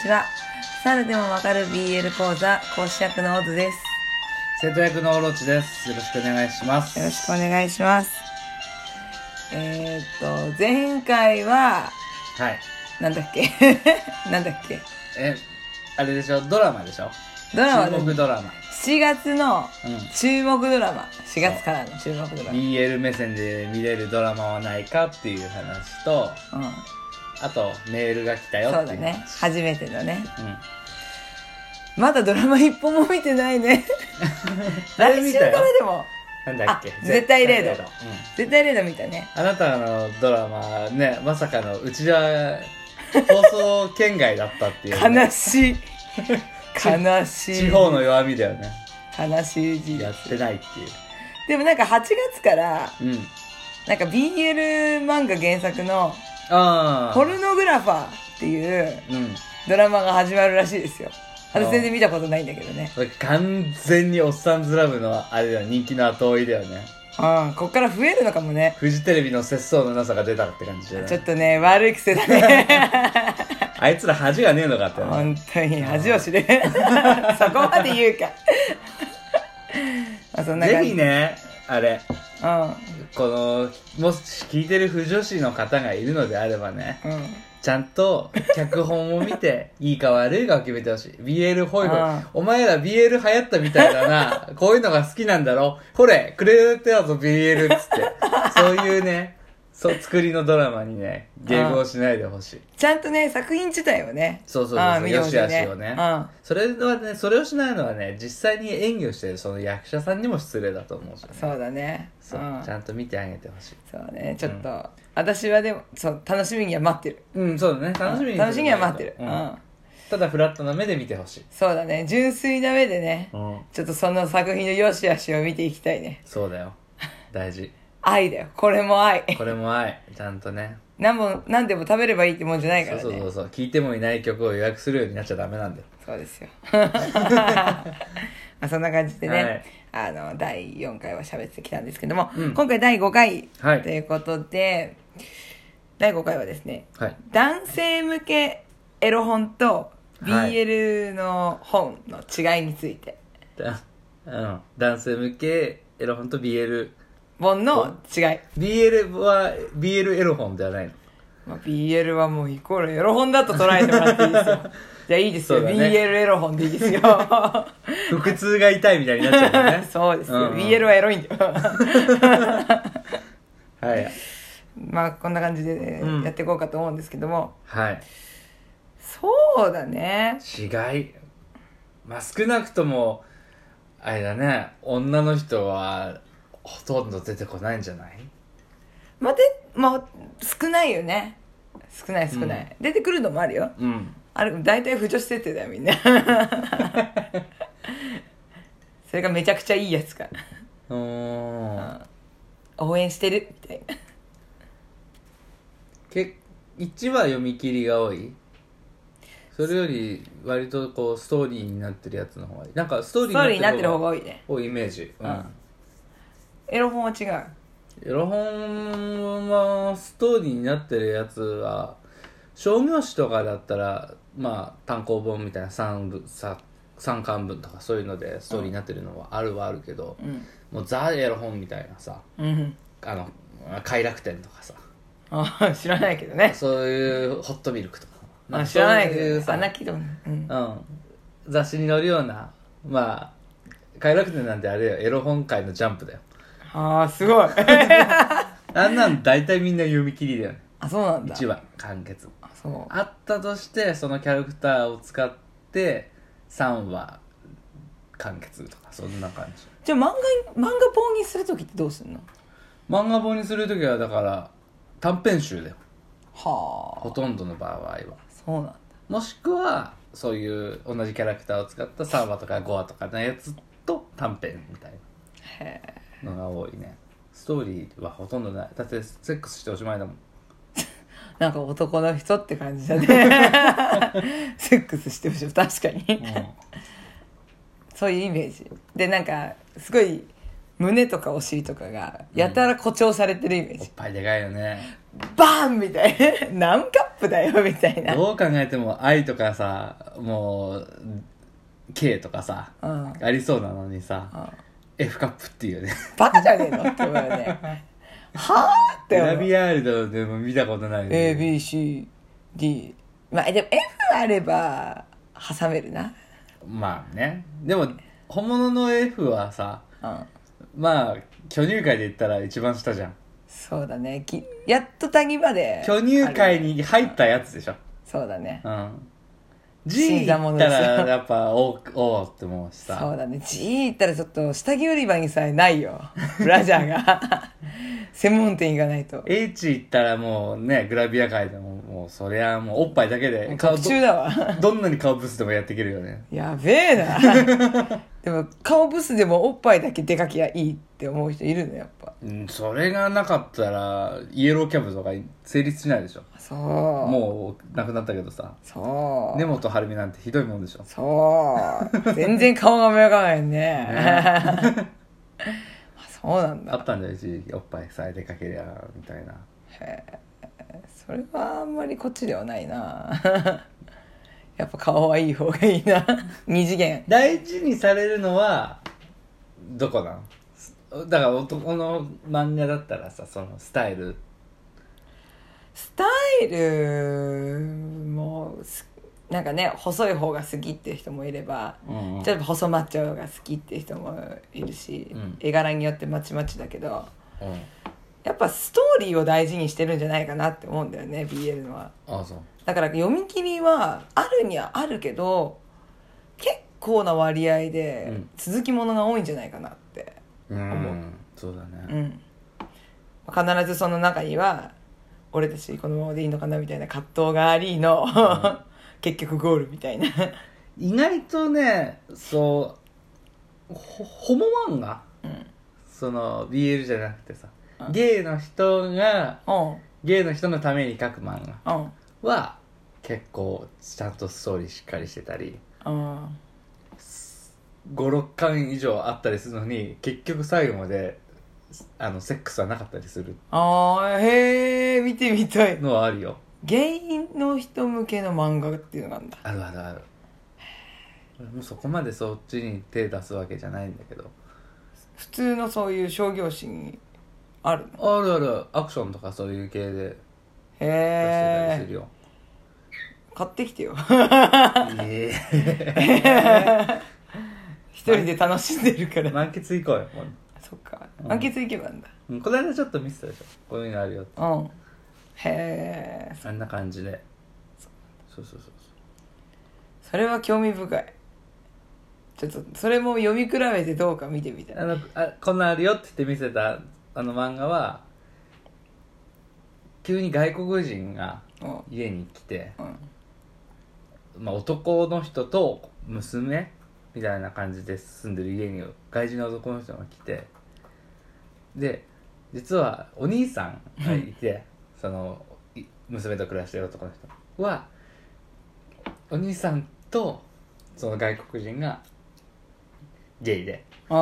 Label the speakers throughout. Speaker 1: ちは。猿でもわかる BL 講座講師役のオズです。
Speaker 2: 生徒役のオロチです。よろしくお願いします。
Speaker 1: よろしくお願いします。えー、っと、前回は、
Speaker 2: はい。
Speaker 1: なんだっけ なんだっけ
Speaker 2: え、あれでしょドラマでしょ
Speaker 1: ドラマで
Speaker 2: 中国ドラマ。
Speaker 1: 7月の
Speaker 2: う
Speaker 1: 注目ドラマ。4月からの注目ドラ
Speaker 2: ん。BL 目線で見れるドラマはないかっていう話と、
Speaker 1: マ。うん。
Speaker 2: あと、メールが来た
Speaker 1: そ
Speaker 2: よ
Speaker 1: う
Speaker 2: っ
Speaker 1: だ
Speaker 2: ていう話。
Speaker 1: ね。初めてのね。
Speaker 2: うん。
Speaker 1: まだドラマ一本も見てない ね。
Speaker 2: あれ見た
Speaker 1: 来
Speaker 2: よ
Speaker 1: 週からでも。
Speaker 2: なんだっけ
Speaker 1: あ絶対零度
Speaker 2: うん。
Speaker 1: 絶対レーダー見たね。
Speaker 2: あなたのドラマね、まさかの、うちは、放送圏外だったっていうね、
Speaker 1: 悲しい。悲しい。
Speaker 2: 地方の弱みだよね。
Speaker 1: 悲しい事
Speaker 2: や
Speaker 1: 実
Speaker 2: ってないって
Speaker 1: でもなんか8月から
Speaker 2: いう。うん。
Speaker 1: なんか BL 漫画原作の「
Speaker 2: ああ。
Speaker 1: ポルノグラファー」っていう
Speaker 2: うん。
Speaker 1: ドラマが始まるらしいですよ
Speaker 2: あ
Speaker 1: 私
Speaker 2: ー
Speaker 1: 全然見たことないんだけどね
Speaker 2: これ完全におっさんずラブのあれだよ人気の後追いだよね
Speaker 1: うんこっから増えるのかもね
Speaker 2: フジテレビの節操のなさが出たって感じだよ
Speaker 1: ちょっ
Speaker 2: ね
Speaker 1: とね悪い癖だ ね
Speaker 2: あいつら恥がねえのかってね
Speaker 1: 本当に恥を知れ そこまで言うかまあそんな
Speaker 2: ぜ
Speaker 1: 感じ
Speaker 2: ひねあれ
Speaker 1: うん
Speaker 2: このもし聞いてる不女子の方がいるのであればね
Speaker 1: うん
Speaker 2: ちゃんと脚本を見ていいか悪いかを決めてほしい BL ホイホイ
Speaker 1: ああ
Speaker 2: お前ら BL 流行ったみたい だなこういうのが好きなんだろほれくれてやぞ BL っつって そういうねそう作りのドラマにね迎合しないでほしい
Speaker 1: ちゃんとね作品自体をね
Speaker 2: そうそう
Speaker 1: あ
Speaker 2: そ
Speaker 1: ー見
Speaker 2: うそう、
Speaker 1: て
Speaker 2: よ
Speaker 1: ほし
Speaker 2: し
Speaker 1: いね
Speaker 2: あしをね
Speaker 1: うん。
Speaker 2: それはね、それをしないのはね、実際に演技をしてるその役者さんにも失礼だと思うし、ね。
Speaker 1: そうだね
Speaker 2: そう、
Speaker 1: ん
Speaker 2: ちゃんと見てあげてほしい。
Speaker 1: そうねちょっと、私はでもそう楽しみには待ってる
Speaker 2: うん、そうだね。楽しみに。
Speaker 1: 楽しみには待ってる、う
Speaker 2: うんんただフラットな目で見てほしい。
Speaker 1: そうだね純粋な目でね、
Speaker 2: うん。
Speaker 1: ちょっとその作品の良し悪しを見ていきたいね
Speaker 2: そうだよ。大事。
Speaker 1: 愛だよこれも愛
Speaker 2: これも愛。ちゃんとね。
Speaker 1: 何も何でも食べればいいってもんじゃないか
Speaker 2: そう
Speaker 1: らね
Speaker 2: そうそうそう。聞いてもいない曲を予約するようになっちゃダメなんだよ。
Speaker 1: そうですよ まあそんな感じでね、あの第4回は喋ってきたんですけども、
Speaker 2: うん
Speaker 1: 今回第5回
Speaker 2: はい
Speaker 1: ということで、第5回はですね
Speaker 2: はい。
Speaker 1: 男性向けエロ本と BL の本の違いについて、
Speaker 2: だうん。男性向け、エロ本と BL。
Speaker 1: 本の違い、
Speaker 2: BL は、BL エロ本ではないの。
Speaker 1: まあ、BL はもうイコールエロ本だと捉えてもらっていいで すよじゃあいいですよ、
Speaker 2: そうだ
Speaker 1: BL
Speaker 2: ね
Speaker 1: エロ本でいいですよ。
Speaker 2: 腹痛が痛いみたいになっちゃうから ね
Speaker 1: そうですよ、
Speaker 2: うんうん
Speaker 1: BL はエロいんだよ
Speaker 2: はい。
Speaker 1: まあこんな感じで、ね
Speaker 2: うん
Speaker 1: やっていこうかと思うんですけども
Speaker 2: はい。
Speaker 1: そうだね
Speaker 2: 違い。まあ、少なくとも、あれだね、女の人は、ほとんど出てこないんじゃない
Speaker 1: まあでまあ少ないよね少ない少ない、出てくるのもあるよ
Speaker 2: うん。
Speaker 1: あれ大体不女子設定だよみん なそれがめちゃくちゃいいやつか
Speaker 2: うーん。
Speaker 1: 応援してるみた いな
Speaker 2: け、1は読み切りが多いそれより、割とこう、ストーリーになってるやつの方がいい。なんか、ストー
Speaker 1: ス
Speaker 2: リ
Speaker 1: トー
Speaker 2: ー
Speaker 1: リーになってる方が
Speaker 2: いい。
Speaker 1: 多いね
Speaker 2: 多いイメージ。う
Speaker 1: うんん。エロ本は違う
Speaker 2: エロ本はストーリーになってるやつは商業誌とかだったらまあ単行本みたいな3部さ三巻分とかそういうのでストーリーになってるのはあるはあるけど、
Speaker 1: うん
Speaker 2: もうザ・エロ本みたいなさ
Speaker 1: うん
Speaker 2: あの快楽天とかさ
Speaker 1: あ知らないけどね
Speaker 2: そういうホットミルクとか
Speaker 1: あ知らないけ
Speaker 2: そう
Speaker 1: ど
Speaker 2: う
Speaker 1: ね
Speaker 2: さ
Speaker 1: あなきどねうん
Speaker 2: うん、雑誌に載るようなまあ快楽天なんてあれよエロ本界のジャンプだよ
Speaker 1: あーすごい
Speaker 2: あんなん大体みんな読み切りだよね
Speaker 1: あそうなんだ
Speaker 2: 1話完結
Speaker 1: あそう
Speaker 2: あったとしてそのキャラクターを使って3話完結とかそんな感じ
Speaker 1: じゃあ漫画漫画本にする時ってどうすんの
Speaker 2: 漫画本にする時はだから短編集だよ
Speaker 1: はあ
Speaker 2: ほとんどの場合は
Speaker 1: そうなんだ
Speaker 2: もしくはそういう同じキャラクターを使った3話とか5話とかのやつと短編みたい
Speaker 1: へ
Speaker 2: なのが多いねストーリーはほとんどないだってセックスしておしまいだもん
Speaker 1: なんか男の人って感じだね セックスしてほしい確かに
Speaker 2: うん
Speaker 1: そういうイメージでなんかすごい胸とかお尻とかがやたら誇張されてるイメー
Speaker 2: おっ
Speaker 1: ジ、
Speaker 2: ぱいでかいよね
Speaker 1: バーンみたいな 何カップだよみたいな
Speaker 2: どう考えても愛とかさもう K とかさ、
Speaker 1: うん
Speaker 2: ありそうなのにさ、F カップっていうね
Speaker 1: バカじゃねえのって思うよ ねはあって
Speaker 2: グ
Speaker 1: 思
Speaker 2: ラ
Speaker 1: う
Speaker 2: ビアアイドルでも見たことないよね
Speaker 1: ABCD まあでも F あれば挟めるな
Speaker 2: まあねでも本物の F はさ
Speaker 1: うん
Speaker 2: まあ巨乳界で言ったら一番下じゃん
Speaker 1: そうだねきやっと谷まで
Speaker 2: 巨乳界に入ったやつでしょ、
Speaker 1: そうだね
Speaker 2: うん
Speaker 1: 死ん
Speaker 2: G 行
Speaker 1: だ
Speaker 2: っ
Speaker 1: もの
Speaker 2: た
Speaker 1: ですよ
Speaker 2: らやっぱ O, o って思うし
Speaker 1: そ
Speaker 2: さ
Speaker 1: うだね G 行ったらちょっと下着売り場にさえないよブラジャー が専門店行かないと
Speaker 2: H 行ったらもうねグラビア界でももうそりゃもうおっぱいだけで顔
Speaker 1: 特
Speaker 2: ど
Speaker 1: 注だわ
Speaker 2: どんなに顔ブスでもやっていけるよね
Speaker 1: やべえな でも顔ブスでもおっぱいだけでかきゃいいって思う人いるのやっぱ
Speaker 2: うんそれがなかったらイエローキャブとか成立しないでしょ
Speaker 1: そう
Speaker 2: もうなくなったけどさ
Speaker 1: そう
Speaker 2: 根本晴美なんてひどいもんでしょ
Speaker 1: そう。全然顔が目がかないね。 あそうなん
Speaker 2: あ
Speaker 1: だ。
Speaker 2: ったんだよ一時期おっぱいさえ出かけりゃみたいな
Speaker 1: それはあんまりこっちではないな。 やっぱ顔はいい方がいいな。 二次元。
Speaker 2: 大事にされるのはどこなのだから男の漫画だったらさそのスタイル
Speaker 1: スタイルもす、なんかね、細い方が好きっていう人もいれば、
Speaker 2: うんうん
Speaker 1: ちょっと細マッチョが好きっていう人もいるし、
Speaker 2: うん
Speaker 1: 絵柄によってまちまちだけど、やっぱストーリーを大事にしてるんじゃないかなって思うんだよね、BL のは。
Speaker 2: ああそう
Speaker 1: だから読み切りはあるにはあるけど結構な割合
Speaker 2: う
Speaker 1: で
Speaker 2: ん
Speaker 1: 続きものが多いんじゃないかなって、
Speaker 2: うんそうだ
Speaker 1: う
Speaker 2: ね
Speaker 1: ん、必ずその中には俺たちこのままでいいのかなみたいな葛藤がありの、 結局ゴールみたい な
Speaker 2: 意外とねそうほホモ漫画、
Speaker 1: うん
Speaker 2: その BL じゃなくてさゲイの人が
Speaker 1: うん
Speaker 2: ゲイの人のために書く漫画
Speaker 1: うん
Speaker 2: は結構ちゃんとストーリーしっかりしてたり
Speaker 1: うん
Speaker 2: 56巻以上あったりするのに結局最後まであのセックスはなかったりする
Speaker 1: あーへえ見てみたい
Speaker 2: のはあるよ
Speaker 1: ゲイの人向けの漫画っていうのがあるんだ
Speaker 2: あるあるあるもうそこまでそっちに手出すわけじゃないんだけど
Speaker 1: 普通のそういう商業誌にあるの
Speaker 2: あるあるアクションとかそういう系で出して
Speaker 1: へ
Speaker 2: たりす
Speaker 1: え
Speaker 2: るよ、
Speaker 1: 買ってきてよ
Speaker 2: え
Speaker 1: 一人で楽しんでるから、
Speaker 2: え満喫行こうよも
Speaker 1: そっか満喫行けばいいんだ
Speaker 2: ううんこの間ちょっと見てたでしょこういうのあるよ
Speaker 1: うんへえ
Speaker 2: あんな感じでそうそうそうそ
Speaker 1: それは興味深いちょっとそれも読み比べてどうか見てみたいう
Speaker 2: あのあこんなんあるよって言って見せたあの漫画は急に外国人が
Speaker 1: うん
Speaker 2: 家に来て、
Speaker 1: うん
Speaker 2: まあ、男の人と娘みたいな感じで住んでる家に外人の男の人が来てで実はお兄さんがいてそのい娘と暮らしてる男の人はお兄さんとその外国人がゲイで
Speaker 1: う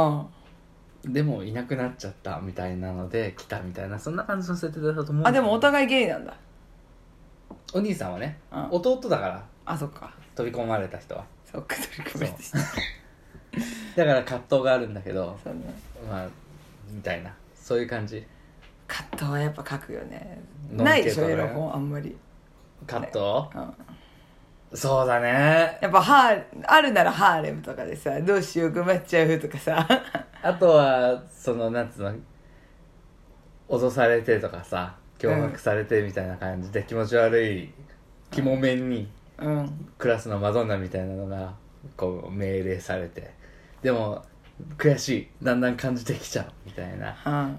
Speaker 1: ん
Speaker 2: でもいなくなっちゃったみたいなので来たみたいなそんな感じの設定だったと思うんだ
Speaker 1: あ
Speaker 2: け
Speaker 1: で
Speaker 2: ど
Speaker 1: もお互いゲイなんだ
Speaker 2: お兄さんはね、
Speaker 1: うん
Speaker 2: 弟だから
Speaker 1: あそっか
Speaker 2: 飛び込まれた人は
Speaker 1: そっか取り組めて
Speaker 2: だから葛藤があるんだけど
Speaker 1: そうね
Speaker 2: まあみたいなそういう感じ
Speaker 1: 葛藤はやっぱ書くよね
Speaker 2: ノンケとね
Speaker 1: ないでしょエロ本あんまり、
Speaker 2: 葛藤、
Speaker 1: うん、
Speaker 2: そうだね
Speaker 1: やっぱハーあるならハーレムとかでさどうしよう困っちゃうとかさ
Speaker 2: あとはそのなんつうの脅されてとかさ脅迫されてみたいな感じで気持ち悪い肝面に
Speaker 1: うん
Speaker 2: クラスのマドンナみたいなのがこう命令されてでも悔しいだんだん感じてきちゃうみたいな
Speaker 1: うん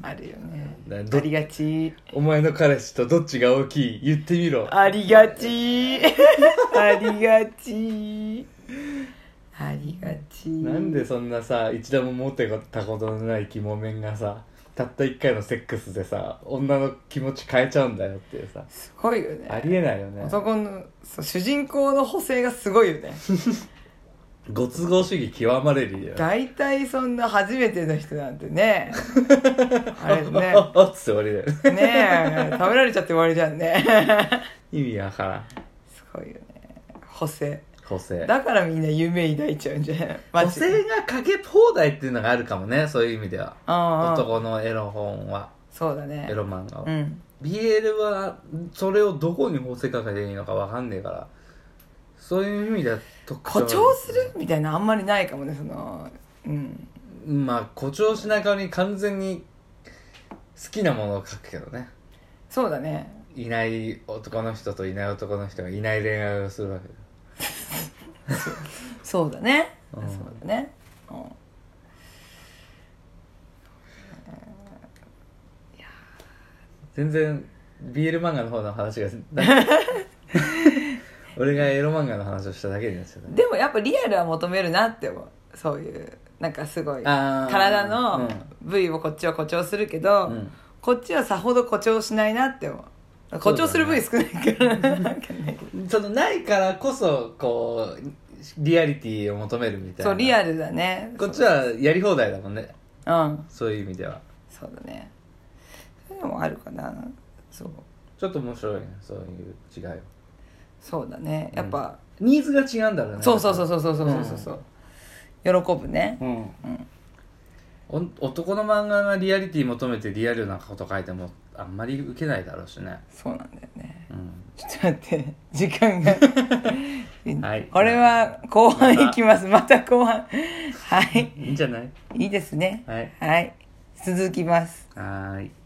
Speaker 1: あるよね
Speaker 2: だど
Speaker 1: ありがち
Speaker 2: お前の彼氏とどっちが大きい言ってみろ
Speaker 1: ありがちありがちありがち
Speaker 2: なんでそんなさ一度も持ってたことのない肝面がさたった一回のセックスでさ女の気持ち変えちゃうんだよっていうさ
Speaker 1: すごいよね
Speaker 2: ありえないよね
Speaker 1: 男のそう主人公の補正がすごいよね
Speaker 2: ご都合主義極まれりだよ
Speaker 1: 大体そんな初めての人なんて ねあれね
Speaker 2: あ あっつって終わりだよね
Speaker 1: ねえ食べられちゃって終わりじゃんね
Speaker 2: 意味わからん
Speaker 1: すごいよね補正
Speaker 2: 補正
Speaker 1: だからみんな夢抱いちゃうんじゃんマ
Speaker 2: 補
Speaker 1: ジで
Speaker 2: 正がかけ放題っていうのがあるかもねそういう意味では
Speaker 1: うんうん
Speaker 2: 男のエロ本は
Speaker 1: そうだね
Speaker 2: エロ漫画は、
Speaker 1: うん
Speaker 2: BL はそれをどこに補正かけていいのかわかんねえからそういう意味では特徴
Speaker 1: 誇張するみたいなあんまりないかもねそのうん
Speaker 2: まあ誇張しない代わりに完全に好きなものを書くけどね
Speaker 1: そうだね
Speaker 2: いない男の人といない男の人がいない恋愛をするわけだ
Speaker 1: そうだね、
Speaker 2: うん
Speaker 1: そうだね、うん、いや
Speaker 2: 全然 BL 漫画の方の話が 俺がエロ漫画の話をしただけになっちゃったね
Speaker 1: でもやっぱリアルは求めるなって思うそういうなんかすごい
Speaker 2: あー
Speaker 1: 体の部位をこっちは誇張するけど、
Speaker 2: うん
Speaker 1: こっちはさほど誇張しないなって思う誇張する部位少ないから、なんかね
Speaker 2: そのないからこそこうリアリティを求めるみたいな
Speaker 1: そうリアルだね
Speaker 2: こっちはやり放題だもんね
Speaker 1: うん
Speaker 2: そういう意味では
Speaker 1: そうだねそういうのもあるかなそう
Speaker 2: ちょっと面白いねそういう違いは
Speaker 1: そうだねやっぱ、
Speaker 2: ニーズが違うんだろうね
Speaker 1: そうそうそうそうそうそうそうそう、喜ぶね
Speaker 2: うん、お男の漫画がリアリティ求めてリアルなこと書いてもあんまり受けないだろうしね、
Speaker 1: そうなんだよね
Speaker 2: うん、
Speaker 1: ちょっと待って時間が
Speaker 2: はい
Speaker 1: これは後半いきますまた後半はい
Speaker 2: いいんじゃない
Speaker 1: いいですね
Speaker 2: はい
Speaker 1: はい、続きます
Speaker 2: はーい